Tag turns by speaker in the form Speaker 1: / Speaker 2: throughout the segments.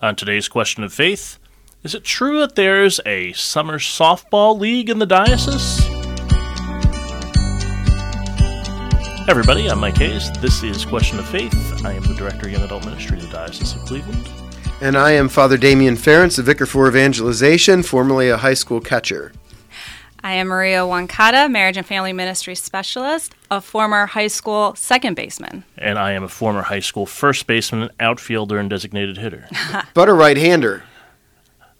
Speaker 1: On today's question of faith, is it true that there's a summer softball league in the diocese? Everybody, I'm Mike Hayes. This is Question of Faith. I am the Director of Young Adult Ministry of the Diocese of Cleveland.
Speaker 2: And I am Father Damian Ference, the Vicar for Evangelization, formerly a high school catcher.
Speaker 3: I am Maria Wancata, Marriage and Family Ministry Specialist, a former high school second baseman.
Speaker 1: And I am a former high school first baseman, outfielder, and designated hitter.
Speaker 2: But a right hander.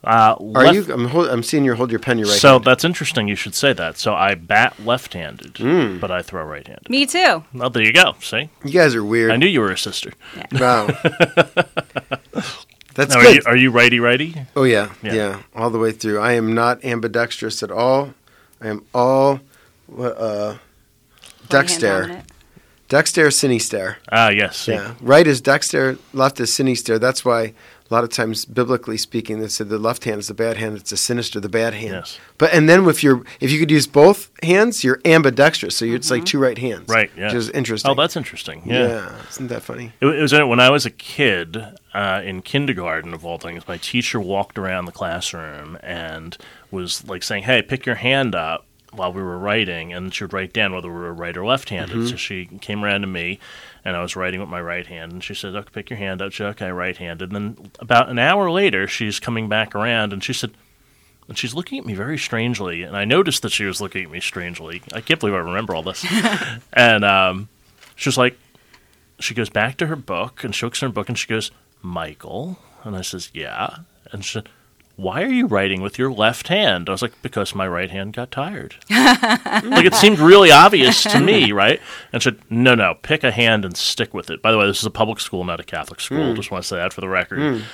Speaker 1: Uh,
Speaker 2: Are
Speaker 1: left-
Speaker 2: you? I'm, hold, I'm seeing you hold your pen. You're right.
Speaker 1: So that's interesting you should say that. So I bat left handed,
Speaker 2: Hmm.
Speaker 1: but I throw right handed.
Speaker 3: Me too.
Speaker 1: Well, there you go. See?
Speaker 2: you guys are weird.
Speaker 1: I knew you were a sister.
Speaker 2: Wow. That's
Speaker 1: Now, are,
Speaker 2: good.
Speaker 1: you, are you righty righty?
Speaker 2: oh yeah,
Speaker 1: Yeah.
Speaker 2: yeah, all the way through. I am not ambidextrous at all. I am all uh, dexter,
Speaker 3: Hand
Speaker 2: dexter, sinister.
Speaker 1: Ah, yes. see.
Speaker 2: Yeah, right is dexter, left is sinister. That's why a lot of times, biblically speaking, they said the left hand is the bad hand, it's the sinister, the bad hand.
Speaker 1: Yes.
Speaker 2: But and then if you're if you could use both hands, you're ambidextrous. So you're, it's like two right hands.
Speaker 1: Right, yeah.
Speaker 2: Which is interesting.
Speaker 1: Oh, that's interesting.
Speaker 2: yeah.
Speaker 1: Yeah.
Speaker 2: Isn't that funny?
Speaker 1: It, it was when I was a kid uh, in kindergarten, of all things, my teacher walked around the classroom and was like saying, hey, pick your hand up while we were writing. And she would write down whether we were right or left handed. So she came around to me and I was writing with my right hand. And she said, okay, pick your hand up. She said, okay, right handed. And then about an hour later, she's coming back around and she said, and she's looking at me very strangely. And I noticed that she was looking at me strangely. I can't believe I remember all this. and um, she was like, she goes back to her book and she looks in her book and she goes, Michael. And I says, Yeah. And she said, Why are you writing with your left hand? I was like, Because my right hand got tired. like it seemed really obvious to me, right? And she said, No, no, pick a hand and stick with it. By the way, this is a public school, not a Catholic
Speaker 2: Hmm.
Speaker 1: school. Just want to say that for the record.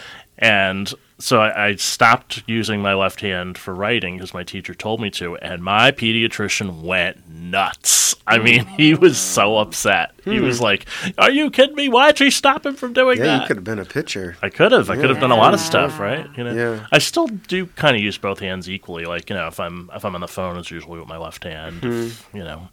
Speaker 1: And so I, I stopped using my left hand for writing because my teacher told me to, and my pediatrician went nuts. I mean, he was so upset. He was like, "Are you kidding me? Why'd you stop him from doing
Speaker 2: Hmm. Yeah,
Speaker 1: that?"
Speaker 2: you could have been a pitcher.
Speaker 1: I could have. I could have done a lot of stuff, right? You know,
Speaker 2: Yeah.
Speaker 1: I still do kind of use both hands equally. Like you know, if I'm if I'm on the phone, it's usually with my left hand. If, you know,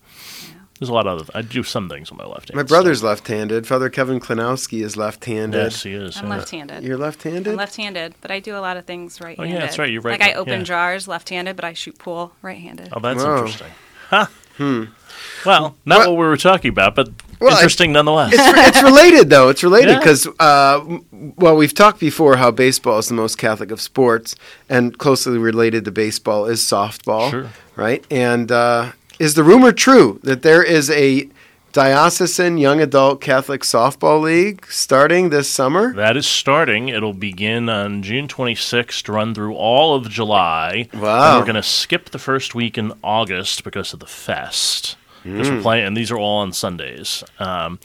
Speaker 1: there's a lot of I do some things with my left hand.
Speaker 2: Mm-hmm. My
Speaker 1: still.
Speaker 2: brother's left-handed. Father Kevin Klinowski is left-handed.
Speaker 1: yes, he is.
Speaker 3: I'm
Speaker 1: yeah.
Speaker 3: left-handed.
Speaker 2: You're left-handed.
Speaker 3: I'm left-handed, but I do a lot of things right-handed.
Speaker 1: Oh, yeah, that's right, you're right-
Speaker 3: Like I open
Speaker 1: yeah.
Speaker 3: jars left-handed, but I shoot pool right-handed.
Speaker 1: Oh, that's
Speaker 2: Wow.
Speaker 1: interesting. Huh. Well, not
Speaker 2: Hmm. Well-
Speaker 1: what we were talking about, but
Speaker 2: Well, I-
Speaker 1: interesting nonetheless.
Speaker 2: it's related though. It's related
Speaker 1: Yeah.
Speaker 2: because uh, w- well, we've talked before how baseball is the most Catholic of sports, and closely related to baseball is softball,
Speaker 1: Sure.
Speaker 2: right? And uh, is the rumor true that there is a diocesan young adult Catholic softball league starting this summer?
Speaker 1: That is starting. It'll begin on June 26th, to run through all of July.
Speaker 2: Wow.
Speaker 1: And we're going to skip the first week in August because of the fest. 'Cause we're playing, and these are all on Sundays. Um,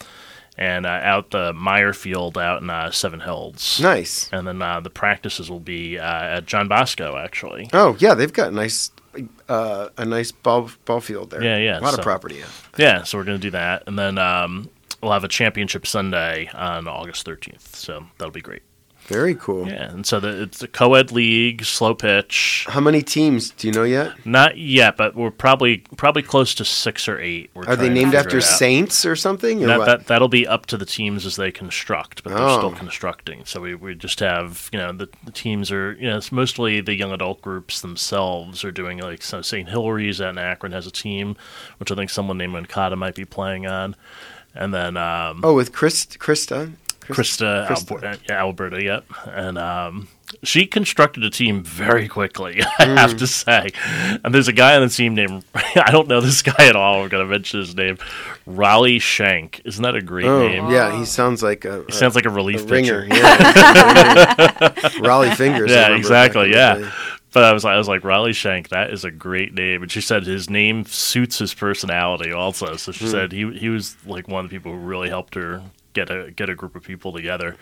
Speaker 1: and uh, out the Meyer Field out in uh, Seven Hills.
Speaker 2: Nice.
Speaker 1: And then uh, the practices will be uh, at John Bosco, actually.
Speaker 2: Oh yeah, they've got a nice uh, a nice ball ball field there.
Speaker 1: Yeah, yeah,
Speaker 2: a lot
Speaker 1: so-
Speaker 2: of property. Yeah.
Speaker 1: Yeah, so we're going to do that. And then um, we'll have a championship Sunday on August 13th. So that'll be great.
Speaker 2: Very cool.
Speaker 1: Yeah, and so the, it's a co ed league, slow pitch.
Speaker 2: How many teams do you know yet?
Speaker 1: Not yet, but we're probably probably close to six or eight. We're
Speaker 2: Are they
Speaker 1: trying to
Speaker 2: named
Speaker 1: figure
Speaker 2: after
Speaker 1: it out.
Speaker 2: saints or something? Or
Speaker 1: That,
Speaker 2: what?
Speaker 1: that that'll be up to the teams as they construct, but they're still
Speaker 2: Oh.
Speaker 1: constructing. So we, we just have you know the, the teams are you know it's mostly the young adult groups themselves are doing like so St. Hilary's out in Akron has a team, which I think someone named Mankata might be playing on, and then um,
Speaker 2: Oh, with Chris, Krista. Chris-
Speaker 1: Krista,
Speaker 2: Krista.
Speaker 1: Alber- uh, yeah, Alberta, yep. And um, she constructed a team very quickly, I
Speaker 2: Hmm.
Speaker 1: have to say. And there's a guy on the team named, I don't know this guy at all. We're going to mention his name. Raleigh Shank. Isn't that a great
Speaker 2: Oh,
Speaker 1: name?
Speaker 2: yeah, he sounds like a,
Speaker 1: He sounds like a
Speaker 2: a
Speaker 1: relief pitcher.
Speaker 2: ringer. yeah. Raleigh fingers. I
Speaker 1: Yeah,
Speaker 2: remember
Speaker 1: exactly.
Speaker 2: back in the
Speaker 1: Yeah.
Speaker 2: day.
Speaker 1: But I was, I was like, Raleigh Shank, that is a great name. And she said his name suits his personality also. So
Speaker 2: Hmm.
Speaker 1: she said he, he was like one of the people who really helped her get a, get a group of people together.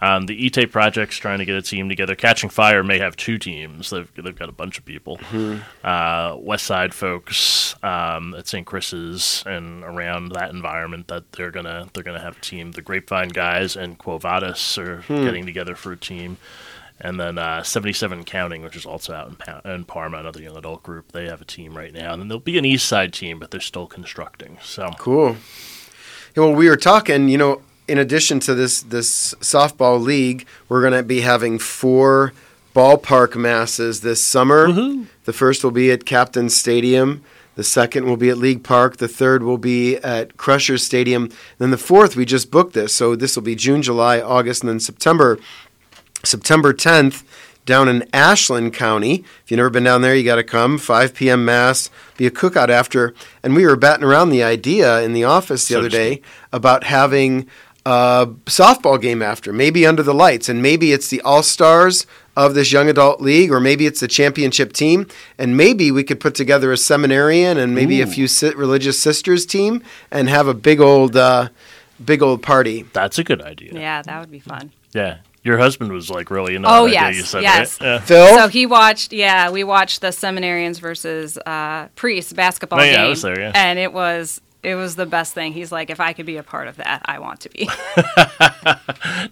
Speaker 1: Um, the Ite project's trying to get a team together. Catching Fire may have two teams. They've, they've got a bunch of people.
Speaker 2: Hmm.
Speaker 1: Uh, West Side folks um, at St. Chris's and around that environment that they're gonna they're gonna have a team. The Grapevine guys and Quo Vadis are
Speaker 2: Hmm.
Speaker 1: getting together for a team. And then uh, 77 Counting, which is also out in, pa- in Parma, another young adult group, they have a team right now. And then there'll be an East Side team, but they're still constructing. So
Speaker 2: Cool. Yeah, well, we were talking, you know, in addition to this this softball league, we're going to be having four ballpark masses this summer.
Speaker 1: Woohoo.
Speaker 2: The first will be at Captain Stadium. The second will be at League Park. The third will be at Crusher Stadium. Then the fourth, we just booked this, so this will be June, July, August, and then September. September 10th down in Ashland County. If you've never been down there, you got to come. 5 p.m. Mass, be a cookout after. And we were batting around the idea in the office the
Speaker 1: So
Speaker 2: other day about having a softball game after, maybe under the lights. And maybe it's the All Stars of this young adult league, or maybe it's the championship team. And maybe we could put together a seminarian and maybe a few si- religious sisters team and have a big old. Uh, Big old party.
Speaker 1: That's a good idea.
Speaker 3: Yeah, that would be fun.
Speaker 1: Yeah. Your husband was like really into
Speaker 3: Oh,
Speaker 1: that
Speaker 3: yes,
Speaker 1: idea you said,
Speaker 3: yes.
Speaker 1: right? Yeah.
Speaker 2: Phil?
Speaker 3: So he watched, yeah, we watched the seminarians versus uh, priests basketball
Speaker 1: Oh,
Speaker 3: game.
Speaker 1: yeah, I was there, yeah.
Speaker 3: And it was it was the best thing. He's like, if I could be a part of that, I want to be.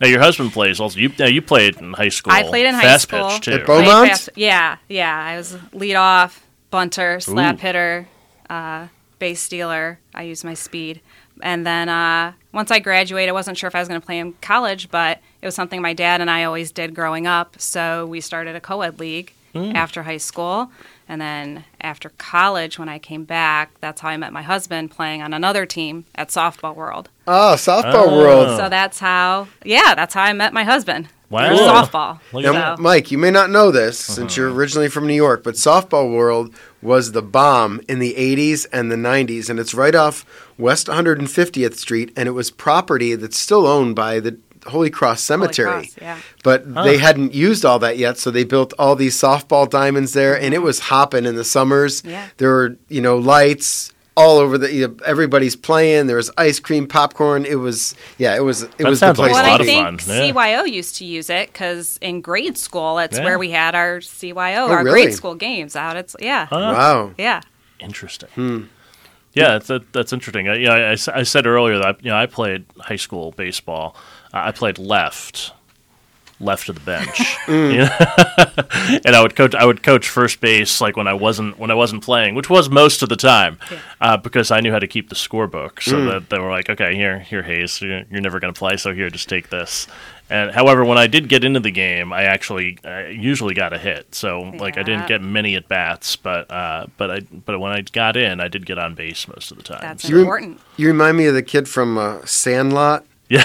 Speaker 1: Now your husband plays also. You now you played in high school.
Speaker 3: I played in high
Speaker 1: fast
Speaker 3: school.
Speaker 1: pitch too.
Speaker 2: At
Speaker 1: right?
Speaker 2: Beaumont?
Speaker 3: Played fast- Yeah, yeah. I was lead off, bunter, slap
Speaker 1: Ooh.
Speaker 3: hitter, uh, base stealer. I used my speed. And then uh, once I graduated, I wasn't sure if I was going to play in college, but it was something my dad and I always did growing up. So we started a co ed league
Speaker 1: Hmm.
Speaker 3: after high school. And then after college, when I came back, that's how I met my husband playing on another team at Softball World.
Speaker 2: Oh, softball
Speaker 1: Oh.
Speaker 2: world.
Speaker 3: So that's how, yeah, that's how I met my husband.
Speaker 1: Wow.
Speaker 3: through Softball.
Speaker 1: Look at
Speaker 2: Now,
Speaker 1: that.
Speaker 3: So-
Speaker 2: Mike, you may not know this since
Speaker 1: Uh-huh.
Speaker 2: you're originally from New York, but Softball World was the bomb in the 80s and the 90s, and it's right off West 150th Street, and it was property that's still owned by the Holy Cross Cemetery.
Speaker 3: Cross, yeah.
Speaker 2: But they hadn't used all that yet, so they built all these softball diamonds there, and it was hopping in the summers.
Speaker 3: Yeah.
Speaker 2: There were, you know, lights all over the. You know, everybody's playing. There was ice cream, popcorn. It was, yeah, it was. It
Speaker 1: That
Speaker 2: was the
Speaker 1: sounds like a
Speaker 2: place
Speaker 3: Well,
Speaker 2: to
Speaker 1: lot
Speaker 3: I
Speaker 1: of
Speaker 2: be.
Speaker 1: fun,
Speaker 3: think
Speaker 1: yeah.
Speaker 3: CYO used to use it because in grade school, it's
Speaker 1: Yeah.
Speaker 3: where we had our CYO,
Speaker 2: Oh,
Speaker 3: our
Speaker 2: really?
Speaker 3: grade school games out. It's yeah,
Speaker 1: Huh?
Speaker 2: Wow.
Speaker 3: yeah,
Speaker 1: Interesting. Yeah, that's that, that's interesting. I, you know, I- I s- I said earlier that you know I played high school baseball. Uh, I played left, left of the bench, You know? and I would coach. I would coach first base like when I wasn't when I wasn't playing, which was most of the time, uh, because I knew how to keep the scorebook. So that they were like, okay, here, here, Hayes, you're, you're never going to play, so here, just take this. And however, when I did get into the game, I actually I usually got a hit. So like I didn't
Speaker 3: Yeah.
Speaker 1: get many at bats, but uh, but I but when I got in, I did get on base most of the time.
Speaker 3: that's
Speaker 1: So-
Speaker 2: You rem-
Speaker 3: important.
Speaker 2: You remind me of the kid from uh, Sandlot
Speaker 1: yeah,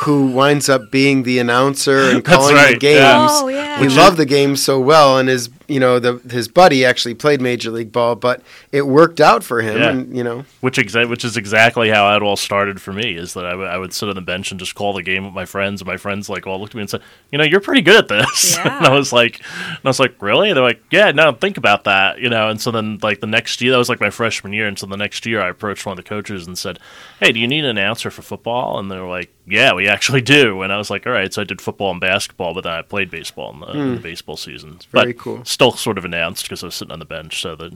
Speaker 2: who winds up being the announcer and calling the
Speaker 1: right,
Speaker 2: games.
Speaker 1: yeah.
Speaker 3: Oh, yeah.
Speaker 2: He
Speaker 3: Which
Speaker 2: loved the game so well, and his you know the his buddy actually played major league ball, but it worked out for him.
Speaker 1: Yeah.
Speaker 2: And you know,
Speaker 1: which exa- which is exactly how it all started for me. Is that I would- I would sit on the bench and just call the game with my friends, and my friends like all looked at me and said, "You know, you're pretty good at this."
Speaker 3: Yeah.
Speaker 1: and I was like, and I was like, "Really?" And they're like, "Yeah, no, think about that." You know, and so then like the next year, that was like my freshman year, and so the next year I approached one of the coaches and said, "Hey, do you need an announcer for football?" And they were like, "Yeah, we actually do." And I was like, "All right." So I did football and basketball, but then I played baseball in the, in the baseball season.
Speaker 2: Very
Speaker 1: but
Speaker 2: cool.
Speaker 1: Still sort of announced because I was sitting on the bench, so that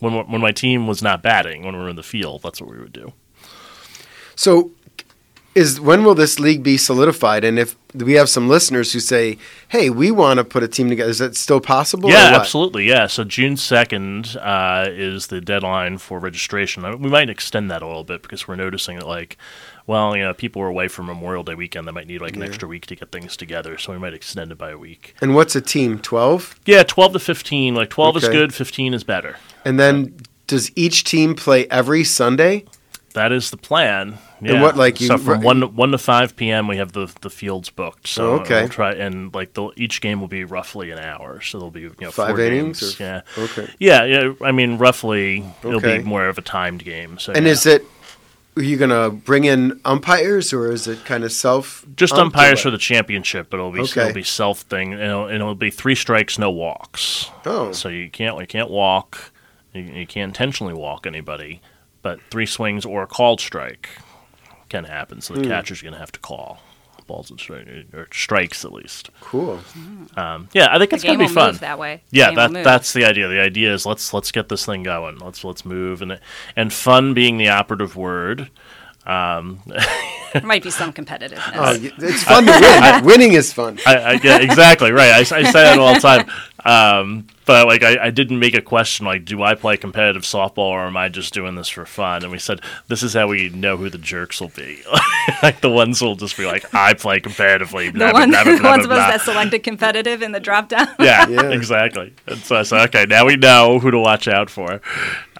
Speaker 1: when when my team was not batting, when we were in the field, that's what we would do.
Speaker 2: so is when will this league be solidified? And if we have some listeners who say, "Hey, we want to put a team together," is that still possible? or
Speaker 1: yeah,
Speaker 2: what?
Speaker 1: absolutely. Yeah. So June second uh, is the deadline for registration. I- We might extend that a little bit because we're noticing that like. Well, you know, people were away for Memorial Day weekend. They might need like an extra week to get things together, so we might extend it by a week.
Speaker 2: And what's a team? Twelve,
Speaker 1: Yeah, twelve to fifteen. Like twelve is
Speaker 2: Okay.
Speaker 1: good, fifteen is better.
Speaker 2: and then does each team play every Sunday?
Speaker 1: That is the plan. Yeah.
Speaker 2: And what, like, you-
Speaker 1: so from one one to five p.m. we have the the fields booked. So
Speaker 2: Oh, okay.
Speaker 1: we'll try and like the, each game will be roughly an hour. So there'll be you know
Speaker 2: Five
Speaker 1: four
Speaker 2: innings
Speaker 1: games.
Speaker 2: or-
Speaker 1: Yeah.
Speaker 2: Okay.
Speaker 1: Yeah, yeah. I mean, roughly it'll
Speaker 2: Okay.
Speaker 1: be more of a timed game. So
Speaker 2: And
Speaker 1: yeah.
Speaker 2: is it are you gonna bring in umpires or is it kind of self
Speaker 1: just
Speaker 2: ump or
Speaker 1: umpires for
Speaker 2: what?
Speaker 1: the championship, but it'll be
Speaker 2: Oh, Okay.
Speaker 1: it'll be self thing, and it'll, and it'll be three strikes, no walks.
Speaker 2: Oh.
Speaker 1: so you can't you can't walk, you, you can't intentionally walk anybody, but three swings or a called strike can happen. So the catcher's going to have to call balls and strikes or strikes at least.
Speaker 2: cool.
Speaker 1: Um, yeah, I think
Speaker 3: The
Speaker 1: it's going
Speaker 3: game
Speaker 1: to be
Speaker 3: will
Speaker 1: fun.
Speaker 3: move that way. The
Speaker 1: Yeah,
Speaker 3: game will
Speaker 1: that
Speaker 3: move.
Speaker 1: that's the idea. The idea is let's let's get this thing going. Let's let's move and and fun being the operative word.
Speaker 3: there might be some competitiveness.
Speaker 2: Oh, y- it's fun to win. Winning is fun.
Speaker 1: I, I, yeah, exactly right. I, I say that all the time. Um, but like I, I didn't make a question like, do I play competitive softball or am I just doing this for fun? And we said this is how we know who the jerks will be, like the ones who'll just be like, I play competitively.
Speaker 3: The, one, the ones of us that selected competitive in the drop down.
Speaker 1: yeah,
Speaker 2: Yeah.
Speaker 1: exactly. And so I said, okay, now we know who to watch out for.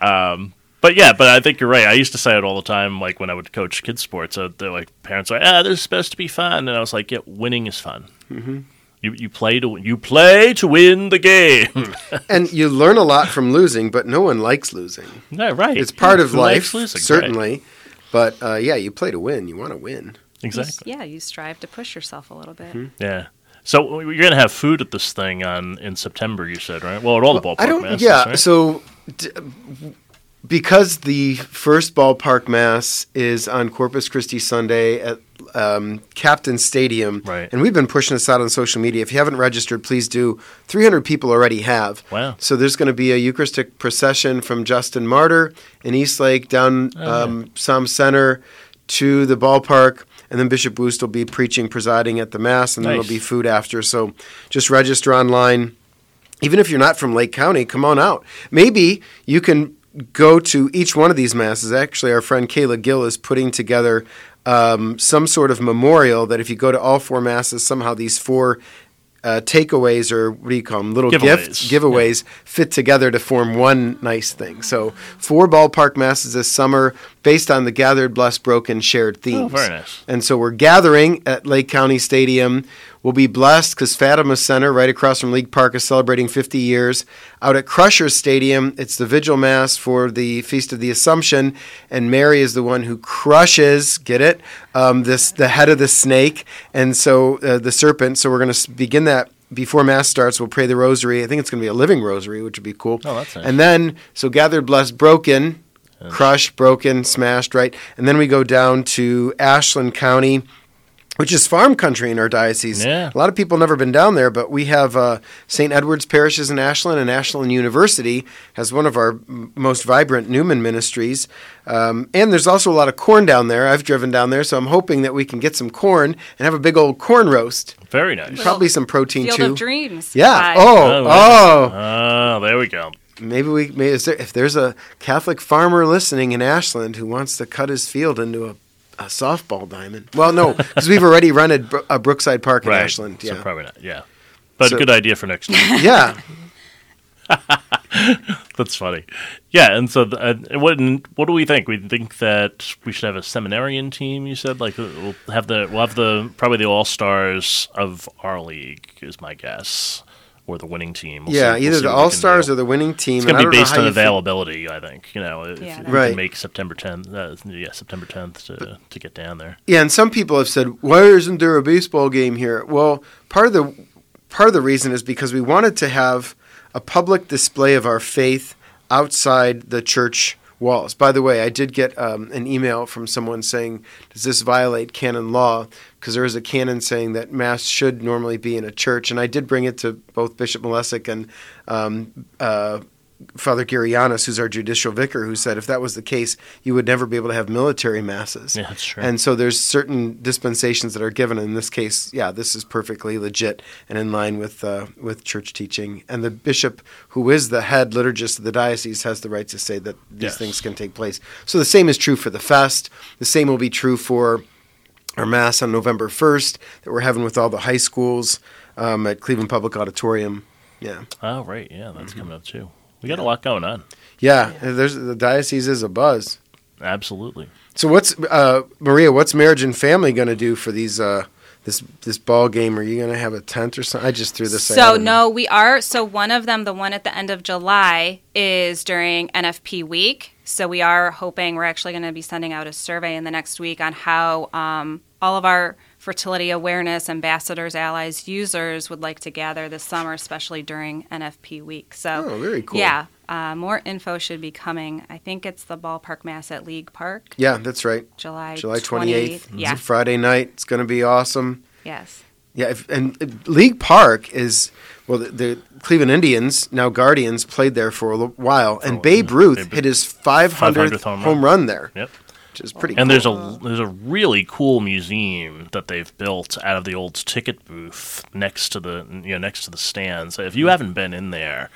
Speaker 1: Um, but yeah, but I think you're right. I used to say it all the time, like when I would coach kids sports. Uh, they're like parents are, like, ah, this is supposed to be fun, and I was like, yeah, winning is fun. Mm-hmm. You you play to you play to win the
Speaker 2: Hmm.
Speaker 1: game.
Speaker 2: And you learn a lot from losing, but no one likes losing.
Speaker 1: yeah, right.
Speaker 2: It's part of
Speaker 1: Who likes
Speaker 2: life,
Speaker 1: losing, right?
Speaker 2: certainly. But uh, yeah, you play to win. You want to win.
Speaker 1: Exactly.
Speaker 3: Yeah, you strive to push yourself a little bit.
Speaker 2: Hmm.
Speaker 1: Yeah. So you're gonna have food at this thing on in September. You said right? Well, at all the ballpark.
Speaker 2: I don't.
Speaker 1: masses,
Speaker 2: yeah.
Speaker 1: right?
Speaker 2: So, d- because the first ballpark mass is on Corpus Christi Sunday at um, Captain Stadium,
Speaker 1: Right.
Speaker 2: And we've been pushing this out on social media. If you haven't registered, please do. Three hundred people already have.
Speaker 1: Wow.
Speaker 2: So there's going to be a Eucharistic procession from Justin Martyr in Eastlake down
Speaker 1: Oh,
Speaker 2: um, Psalm Center to the ballpark. And then Bishop Woost will be preaching, presiding at the Mass, and then
Speaker 1: Nice.
Speaker 2: there'll be food after. So just register online even if you're not from Lake County, come on out. Maybe you can go to each one of these masses. Actually, our friend Kayla Gill is putting together um, some sort of memorial that if you go to all four masses, somehow these four uh, takeaways or what do you call them? Little gifts,
Speaker 1: Giveaways.
Speaker 2: giveaways fit together to form one nice thing. So four ballpark masses this summer based on the gathered, blessed, broken, shared themes.
Speaker 1: Oh, very nice.
Speaker 2: And so we're gathering at Lake County Stadium. We'll be blessed because Fatima Center, right across from League Park, is celebrating 50 years. Out at Crusher Stadium, it's the Vigil Mass for the Feast of the Assumption, and Mary is the one who crushes. Get it? Um, this the head of the snake, and so uh, the serpent. So we're going to begin that. Before Mass starts, we'll pray the rosary. I think it's going to be a living rosary, which would be cool.
Speaker 1: Oh, that's nice.
Speaker 2: And then, so gathered, blessed, broken, crushed, broken, smashed, right? And then we go down to Ashland County, which is farm country in our diocese.
Speaker 1: Yeah.
Speaker 2: A lot of people never been down there, but we have uh, St. Edward's Parish is in Ashland, and Ashland University has one of our m- most vibrant Newman ministries. Um, and there's also a lot of corn down there. I've driven down there, so I'm hoping that we can get some corn and have a big old corn roast.
Speaker 1: Very nice.
Speaker 2: Probably some protein
Speaker 3: Field
Speaker 2: too.
Speaker 3: of Dreams.
Speaker 2: yeah.
Speaker 3: vibe.
Speaker 2: Oh.
Speaker 1: wow.
Speaker 2: Oh.
Speaker 1: Ah, there we go.
Speaker 2: Maybe we may is there, if there's a Catholic farmer listening in Ashland who wants to cut his field into a, a softball diamond. Well, no, because we've already rented Bro- a Brookside Park in Ashland.
Speaker 1: So
Speaker 2: Yeah,
Speaker 1: probably not. Yeah. But
Speaker 2: So-
Speaker 1: good idea for next year.
Speaker 2: yeah.
Speaker 1: That's funny. Yeah, and so th- uh, and what and what do we think? We think that we should have a seminarian team. You said like uh, we'll have the we'll have the probably the all stars of our league is my guess, or the winning team. We'll
Speaker 2: yeah.
Speaker 1: see- we'll see
Speaker 2: Either the
Speaker 1: what we can
Speaker 2: All Stars
Speaker 1: do.
Speaker 2: or the winning team.
Speaker 1: It's
Speaker 2: and
Speaker 1: going to
Speaker 2: I
Speaker 1: be
Speaker 2: don't know
Speaker 1: based
Speaker 2: how
Speaker 1: on
Speaker 2: you feel-
Speaker 1: availability, I think. You know, if
Speaker 3: Yeah,
Speaker 1: you
Speaker 3: that-
Speaker 1: can
Speaker 2: Right.
Speaker 1: make September 10th, uh, yeah, September 10th to, to get down there.
Speaker 2: Yeah, and some people have said, "Why isn't there a baseball game here?" Well, part of the part of the reason is because we wanted to have a public display of our faith outside the church walls. By the way, I did get um, an email from someone saying, "Does this violate canon law?" Because there is a canon saying that mass should normally be in a church, and I did bring it to both Bishop Malesic and um, uh, Father Girianis, who's our judicial vicar, who said if that was the case, you would never be able to have military masses.
Speaker 1: Yeah, that's true.
Speaker 2: And so there's certain dispensations that are given. In this case, yeah, this is perfectly legit and in line with uh, with church teaching. And the bishop, who is the head liturgist of the diocese, has the right to say that these
Speaker 1: Yes.
Speaker 2: things can take place. So the same is true for the fest. The same will be true for our mass on November 1st that we're having with all the high schools um, at Cleveland Public Auditorium. Yeah.
Speaker 1: Oh, right. Yeah, that's
Speaker 2: Mm-hmm.
Speaker 1: coming up too. We got a lot going on.
Speaker 2: Yeah, there's the diocese is a buzz.
Speaker 1: Absolutely.
Speaker 2: So what's uh, Maria? What's marriage and family going to do for these uh, this this ball game? Are you going to have a tent or something? I just threw this. out. I
Speaker 3: So
Speaker 2: don't know.
Speaker 3: no, we are. So one of them, the one at the end of July, is during NFP week. So we are hoping we're actually going to be sending out a survey in the next week on how um, all of our fertility awareness ambassadors, allies, users would like to gather this summer, especially during NFP week. So
Speaker 2: Oh, very cool.
Speaker 3: Yeah, uh, more info should be coming. I think it's the ballpark mass at League Park,
Speaker 2: Yeah, that's right.
Speaker 3: July
Speaker 2: July twenty eighth.
Speaker 3: Yeah.
Speaker 2: It's a Friday night. It's going to be awesome.
Speaker 3: Yes.
Speaker 2: Yeah, if, and uh, League Park is well. The, the Cleveland Indians, now Guardians, played there for a little while, and
Speaker 1: a while,
Speaker 2: Babe
Speaker 1: Oh, yeah.
Speaker 2: Ruth
Speaker 1: Babe-
Speaker 2: hit his five hundredth
Speaker 1: 500th home
Speaker 2: home,
Speaker 1: run.
Speaker 2: run there.
Speaker 1: Yep.
Speaker 2: which is pretty.
Speaker 1: And
Speaker 2: cool.
Speaker 1: there's a there's a really cool museum that they've built out of the old ticket booth next to the you know next to the stands. If
Speaker 2: Hmm.
Speaker 1: you haven't been in there,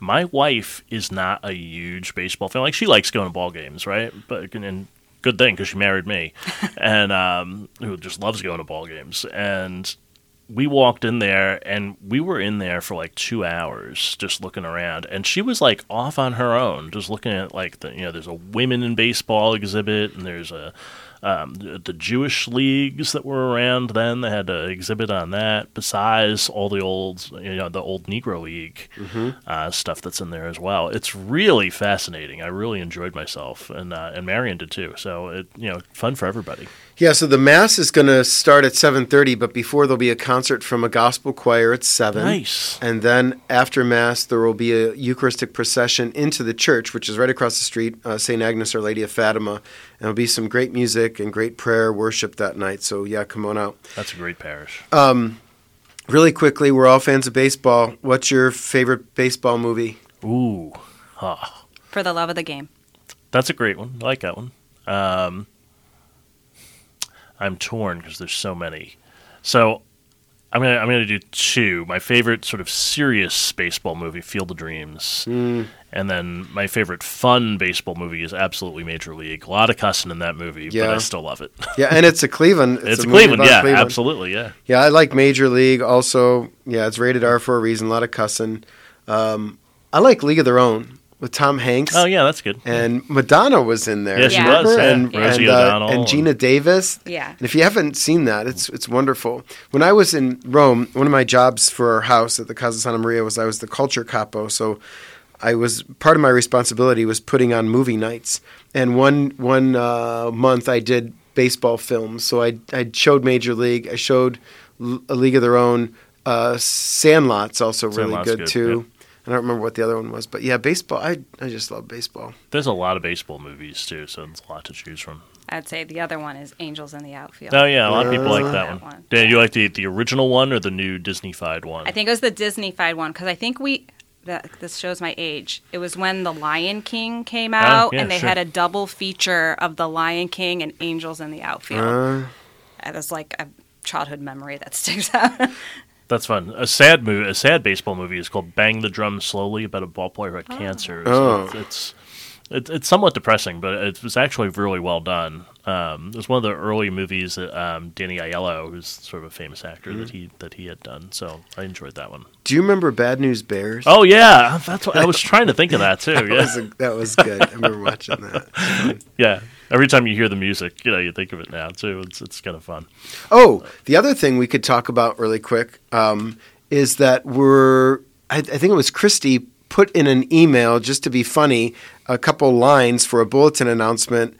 Speaker 1: my wife is not a huge baseball fan. Like she likes going to ball games, right? But and good thing because she married me, and um, who just loves going to ball games. And we walked in there, and we were in there for like two hours just looking around. And she was like off on her own, just looking at like the you know there's a women in baseball exhibit, and there's a um, the the Jewish leagues that were around then. They had an exhibit on that, besides all the old, you know, the old Negro League uh, stuff that's in there as well. It's really fascinating. I really enjoyed myself, and uh, and Marion did too. So it, you know, fun for everybody.
Speaker 2: Yeah, so the mass is going to start at 7:30, but before there'll be a concert from a gospel choir at 7.
Speaker 1: Nice.
Speaker 2: And then after mass there will be a Eucharistic procession into the church, which is right across the street, uh, St. Agnes Our Lady of Fatima, and there'll be some great music and great prayer worship that night. So yeah, come on out.
Speaker 1: That's a great parish.
Speaker 2: Really quickly, we're all fans of baseball. What's your favorite baseball movie?
Speaker 1: Ooh, ah,
Speaker 3: for the love of the game.
Speaker 1: that's a great one. I like that one. Um, I'm torn because there's so many. So I'm gonna I'm gonna do two. My favorite sort of serious baseball movie, Field of Dreams,
Speaker 2: Mm.
Speaker 1: and then my favorite fun baseball movie is absolutely Major League. A lot of cussing in that movie, but
Speaker 2: Yeah.
Speaker 1: I still love it.
Speaker 2: Yeah, and it's a Cleveland.
Speaker 1: It's,
Speaker 2: a movie
Speaker 1: Cleveland,
Speaker 2: about
Speaker 1: yeah, absolutely, yeah.
Speaker 2: Yeah, I like Major League. Also, yeah, it's rated R for a reason. A lot of cussing. Um, I like League of Their Own with Tom Hanks.
Speaker 1: Oh yeah, that's good.
Speaker 2: And Madonna was in there.
Speaker 1: Yeah, she
Speaker 3: Yeah. was,
Speaker 2: remember?
Speaker 3: yeah.
Speaker 2: And,
Speaker 3: Yeah.
Speaker 1: Rosie
Speaker 2: and, uh,
Speaker 1: O'Donnell
Speaker 2: and
Speaker 1: and-
Speaker 2: Gina Davis.
Speaker 3: Yeah.
Speaker 2: And if you haven't seen that, it's it's wonderful. When I was in Rome, one of my jobs for our house at the Casa Santa Maria was I was the culture capo. So I was part of my responsibility was putting on movie nights. And one one uh, month I did baseball films. So I I showed Major League. I showed L- A League of Their Own. Uh, Sandlot's also really
Speaker 1: Sandlot's
Speaker 2: good,
Speaker 1: good,
Speaker 2: too. I don't remember what the other one was, but yeah, baseball. I I just love baseball.
Speaker 1: There's a lot of baseball movies too, so there's a lot to choose from.
Speaker 3: I'd say the other one is Angels in the Outfield.
Speaker 1: Oh yeah, a lot of people
Speaker 2: Uh,
Speaker 1: like that
Speaker 3: that
Speaker 1: one.
Speaker 3: one.
Speaker 1: Dan, you like the the original one or the new Disney-fied one?
Speaker 3: I think it was the Disney-fied one because I think we. That, this shows my age. It was when The Lion King came out,
Speaker 1: Oh, yeah,
Speaker 3: and they
Speaker 1: sure.
Speaker 3: had a double feature of The Lion King and Angels in the Outfield.
Speaker 1: Uh.
Speaker 3: That was like a childhood memory that sticks out.
Speaker 1: That's fun. A sad movie, a sad baseball movie is called "Bang the Drum Slowly" about a ball player who had cancer.
Speaker 2: Oh.
Speaker 1: So it's, it's it's somewhat depressing, but it was actually really well done. Um, it was one of the early movies that um, Danny Aiello, who's sort of a famous actor, that
Speaker 2: Mm-hmm.
Speaker 1: he that he had done. So I enjoyed that one.
Speaker 2: Do you remember Bad News Bears?
Speaker 1: Oh yeah, that's what I was trying to think of that too.
Speaker 2: That was,
Speaker 1: Yeah,
Speaker 2: a, that was good. I remember watching that.
Speaker 1: yeah. Every time you hear the music, you know you think of it now too. It's it's kind of fun.
Speaker 2: Oh, the other thing we could talk about really quick um, is that we're, I, I think it was Christy put in an email just to be funny a couple lines for a bulletin announcement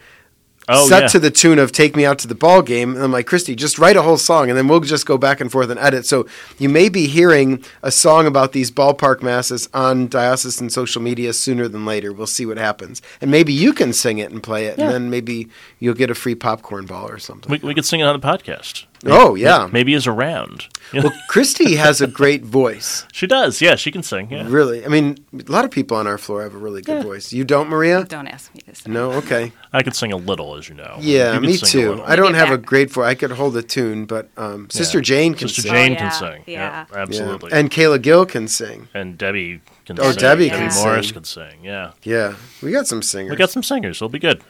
Speaker 1: Oh
Speaker 2: set
Speaker 1: yeah.
Speaker 2: to the tune of Take Me Out to the Ball Game. And I'm like, Christy, just write a whole song and then we'll just go back and forth and edit. So you may be hearing a song about these ballpark masses on diocesan social media sooner than later. We'll see what happens. And maybe you can sing it and play it.
Speaker 1: Yeah.
Speaker 2: And then maybe you'll get a free popcorn ball or something.
Speaker 1: we, we could sing it on the podcast.
Speaker 2: oh, yeah.
Speaker 1: Maybe as a round. You know,
Speaker 2: Well, Christy has a great voice.
Speaker 1: she does. Yeah, she can sing. Yeah.
Speaker 2: Really. I mean, a lot of people on our floor have a really good voice. You don't, Maria?
Speaker 3: Don't ask me this.
Speaker 2: No? Okay.
Speaker 1: I could sing a little, as you know.
Speaker 2: Yeah,
Speaker 1: You could
Speaker 2: me
Speaker 1: sing a
Speaker 2: too.
Speaker 1: little.
Speaker 2: I don't have a
Speaker 3: back.
Speaker 2: great voice. I could hold a tune, but um, Sister Jane can
Speaker 1: Sister
Speaker 2: sing.
Speaker 1: Jane
Speaker 3: Oh, yeah,
Speaker 1: can sing. Yeah,
Speaker 3: yeah.
Speaker 2: Yeah.
Speaker 1: absolutely. And,
Speaker 2: And Kayla Gill can sing.
Speaker 1: Debbie can
Speaker 2: Oh,
Speaker 1: sing.
Speaker 2: Debbie
Speaker 3: can
Speaker 1: Morris
Speaker 2: sing.
Speaker 1: can sing. Yeah.
Speaker 2: Yeah, we got some singers.
Speaker 1: We got some singers. It'll be good.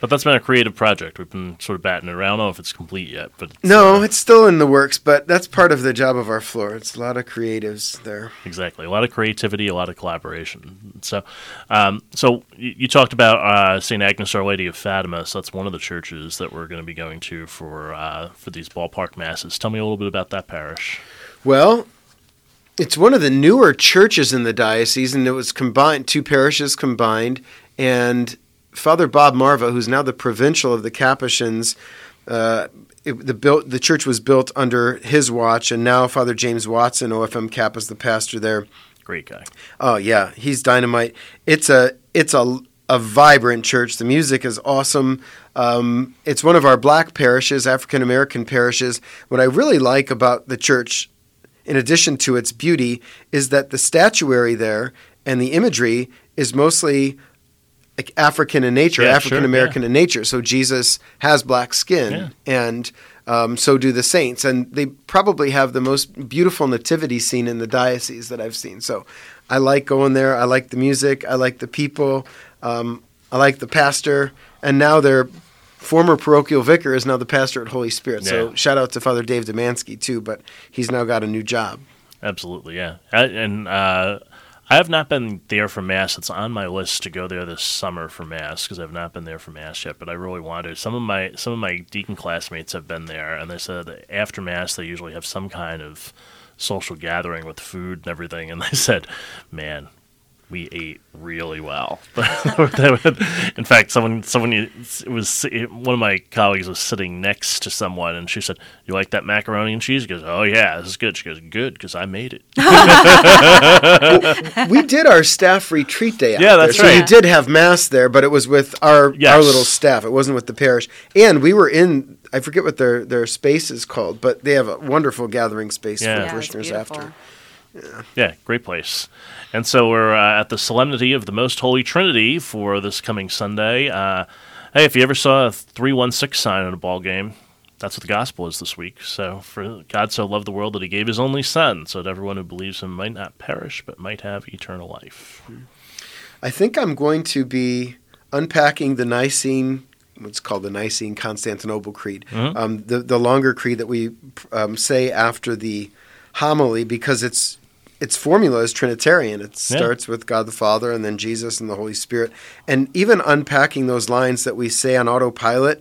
Speaker 1: But that's been a creative project. We've been sort of batting it around. I don't know if it's complete yet, but it's,
Speaker 2: no, it's still in the works, but that's part of the job of our floor. It's a lot of creatives there.
Speaker 1: exactly a lot of creativity, a lot of collaboration. So, um, so you, you talked about uh, Saint Agnes Our Lady of Fatima. So that's one of the churches that we're going to be going to for uh, for these ballpark masses. Tell me a little bit about that parish.
Speaker 2: Well, it's one of the newer churches in the diocese, and it was combined, two parishes combined. And Father Bob Marva, who's now the provincial of the Capuchins, uh, it, the built the church was built under his watch, and now Father James Watson, OFM Cap, is the pastor there.
Speaker 1: Great guy.
Speaker 2: Oh yeah, he's dynamite. It's a it's a a vibrant church. The music is awesome. Um, it's one of our black parishes, African American parishes. What I really like about the church, in addition to its beauty, is that the statuary there and the imagery is mostly like, African in nature,
Speaker 1: Yeah, sure,
Speaker 2: African American in nature. So Jesus has black skin,
Speaker 1: Yeah.
Speaker 2: and um, so do the saints. And they probably have the most beautiful nativity scene in the diocese that I've seen. So I like going there. I like the music. I like the people. Um, I like the pastor. And now their former parochial vicar is now the pastor at Holy Spirit. So
Speaker 1: Yeah.
Speaker 2: shout out to Father Dave Demansky too, but he's now got a new job.
Speaker 1: Absolutely, yeah. I, and uh, I have not been there for mass. It's on my list to go there this summer for mass because I've not been there for mass yet. But I really want to. Some of my some of my deacon classmates have been there, and they said that after mass they usually have some kind of social gathering with food and everything. And they said, "Man, we ate really well. in fact, someone someone it was one of my colleagues was sitting next to someone, and she said, "You like that macaroni and cheese?" He goes, "Oh yeah, this is good." She goes, "Good, because I made it."
Speaker 2: we did our staff retreat day. Out
Speaker 1: Yeah, that's
Speaker 2: there. So you
Speaker 1: right.
Speaker 2: did have mass there, but it was with our our
Speaker 1: Yes.
Speaker 2: little staff. It wasn't with the parish, and we were in. I forget what their their space is called, but they have a wonderful gathering space
Speaker 1: Yeah.
Speaker 2: for
Speaker 1: Yeah,
Speaker 3: it's
Speaker 2: parishioners
Speaker 3: beautiful.
Speaker 2: after.
Speaker 1: Yeah, great place. And so we're uh, at the Solemnity of the Most Holy Trinity for this coming Sunday. Uh, hey, if you ever saw a 316 sign in a ball game, that's what the gospel is this week. So, for God so loved the world that he gave his only son, so that everyone who believes him might not perish, but might have eternal life.
Speaker 2: I think I'm going to be unpacking the Nicene, what's called the Nicene Constantinople Creed, um, the the longer creed that we um, say after the homily because it's its formula is Trinitarian. It
Speaker 1: Yeah.
Speaker 2: starts with God the Father and then Jesus and the Holy Spirit, and even unpacking those lines that we say on autopilot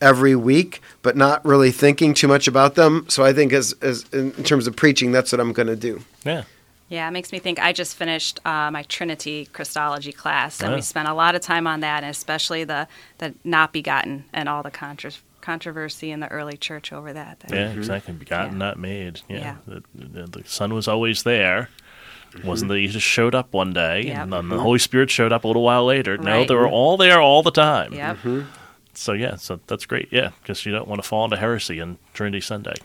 Speaker 2: every week, but not really thinking too much about them. So I think as, as in terms of preaching, that's what I'm going to do.
Speaker 1: Yeah.
Speaker 3: Yeah, it makes me think. I just finished uh, my Trinity Christology class, and
Speaker 1: Ah.
Speaker 3: we spent a lot of time on that, and especially the the not begotten and all the contro- controversy in the early church over that. That-
Speaker 1: Yeah, exactly. Begotten,
Speaker 3: Yeah.
Speaker 1: not made. Yeah. The, the, the Son was always there. It Wasn't that he just showed up one day
Speaker 3: Yep.
Speaker 1: and then the Holy Spirit showed up a little while later? No,
Speaker 3: Right.
Speaker 1: they were all there all the time.
Speaker 3: Yep.
Speaker 1: So yeah, so that's great. Yeah, because you don't want to fall into heresy on Trinity Sunday.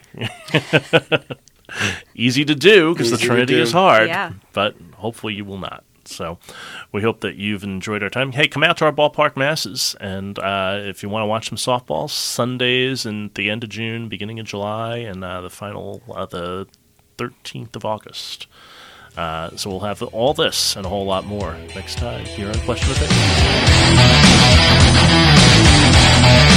Speaker 1: Easy to do because the
Speaker 2: Easy to
Speaker 1: Trinity
Speaker 2: do.
Speaker 1: is hard.
Speaker 3: Yeah.
Speaker 1: But hopefully you will not. So we hope that you've enjoyed our time. Hey, come out to our ballpark masses, and uh, if you want to watch some softball Sundays in the end of June, beginning of July, and uh, the final uh, the thirteenth of August. Uh, so we'll have all this and a whole lot more next time here on Question of Faith.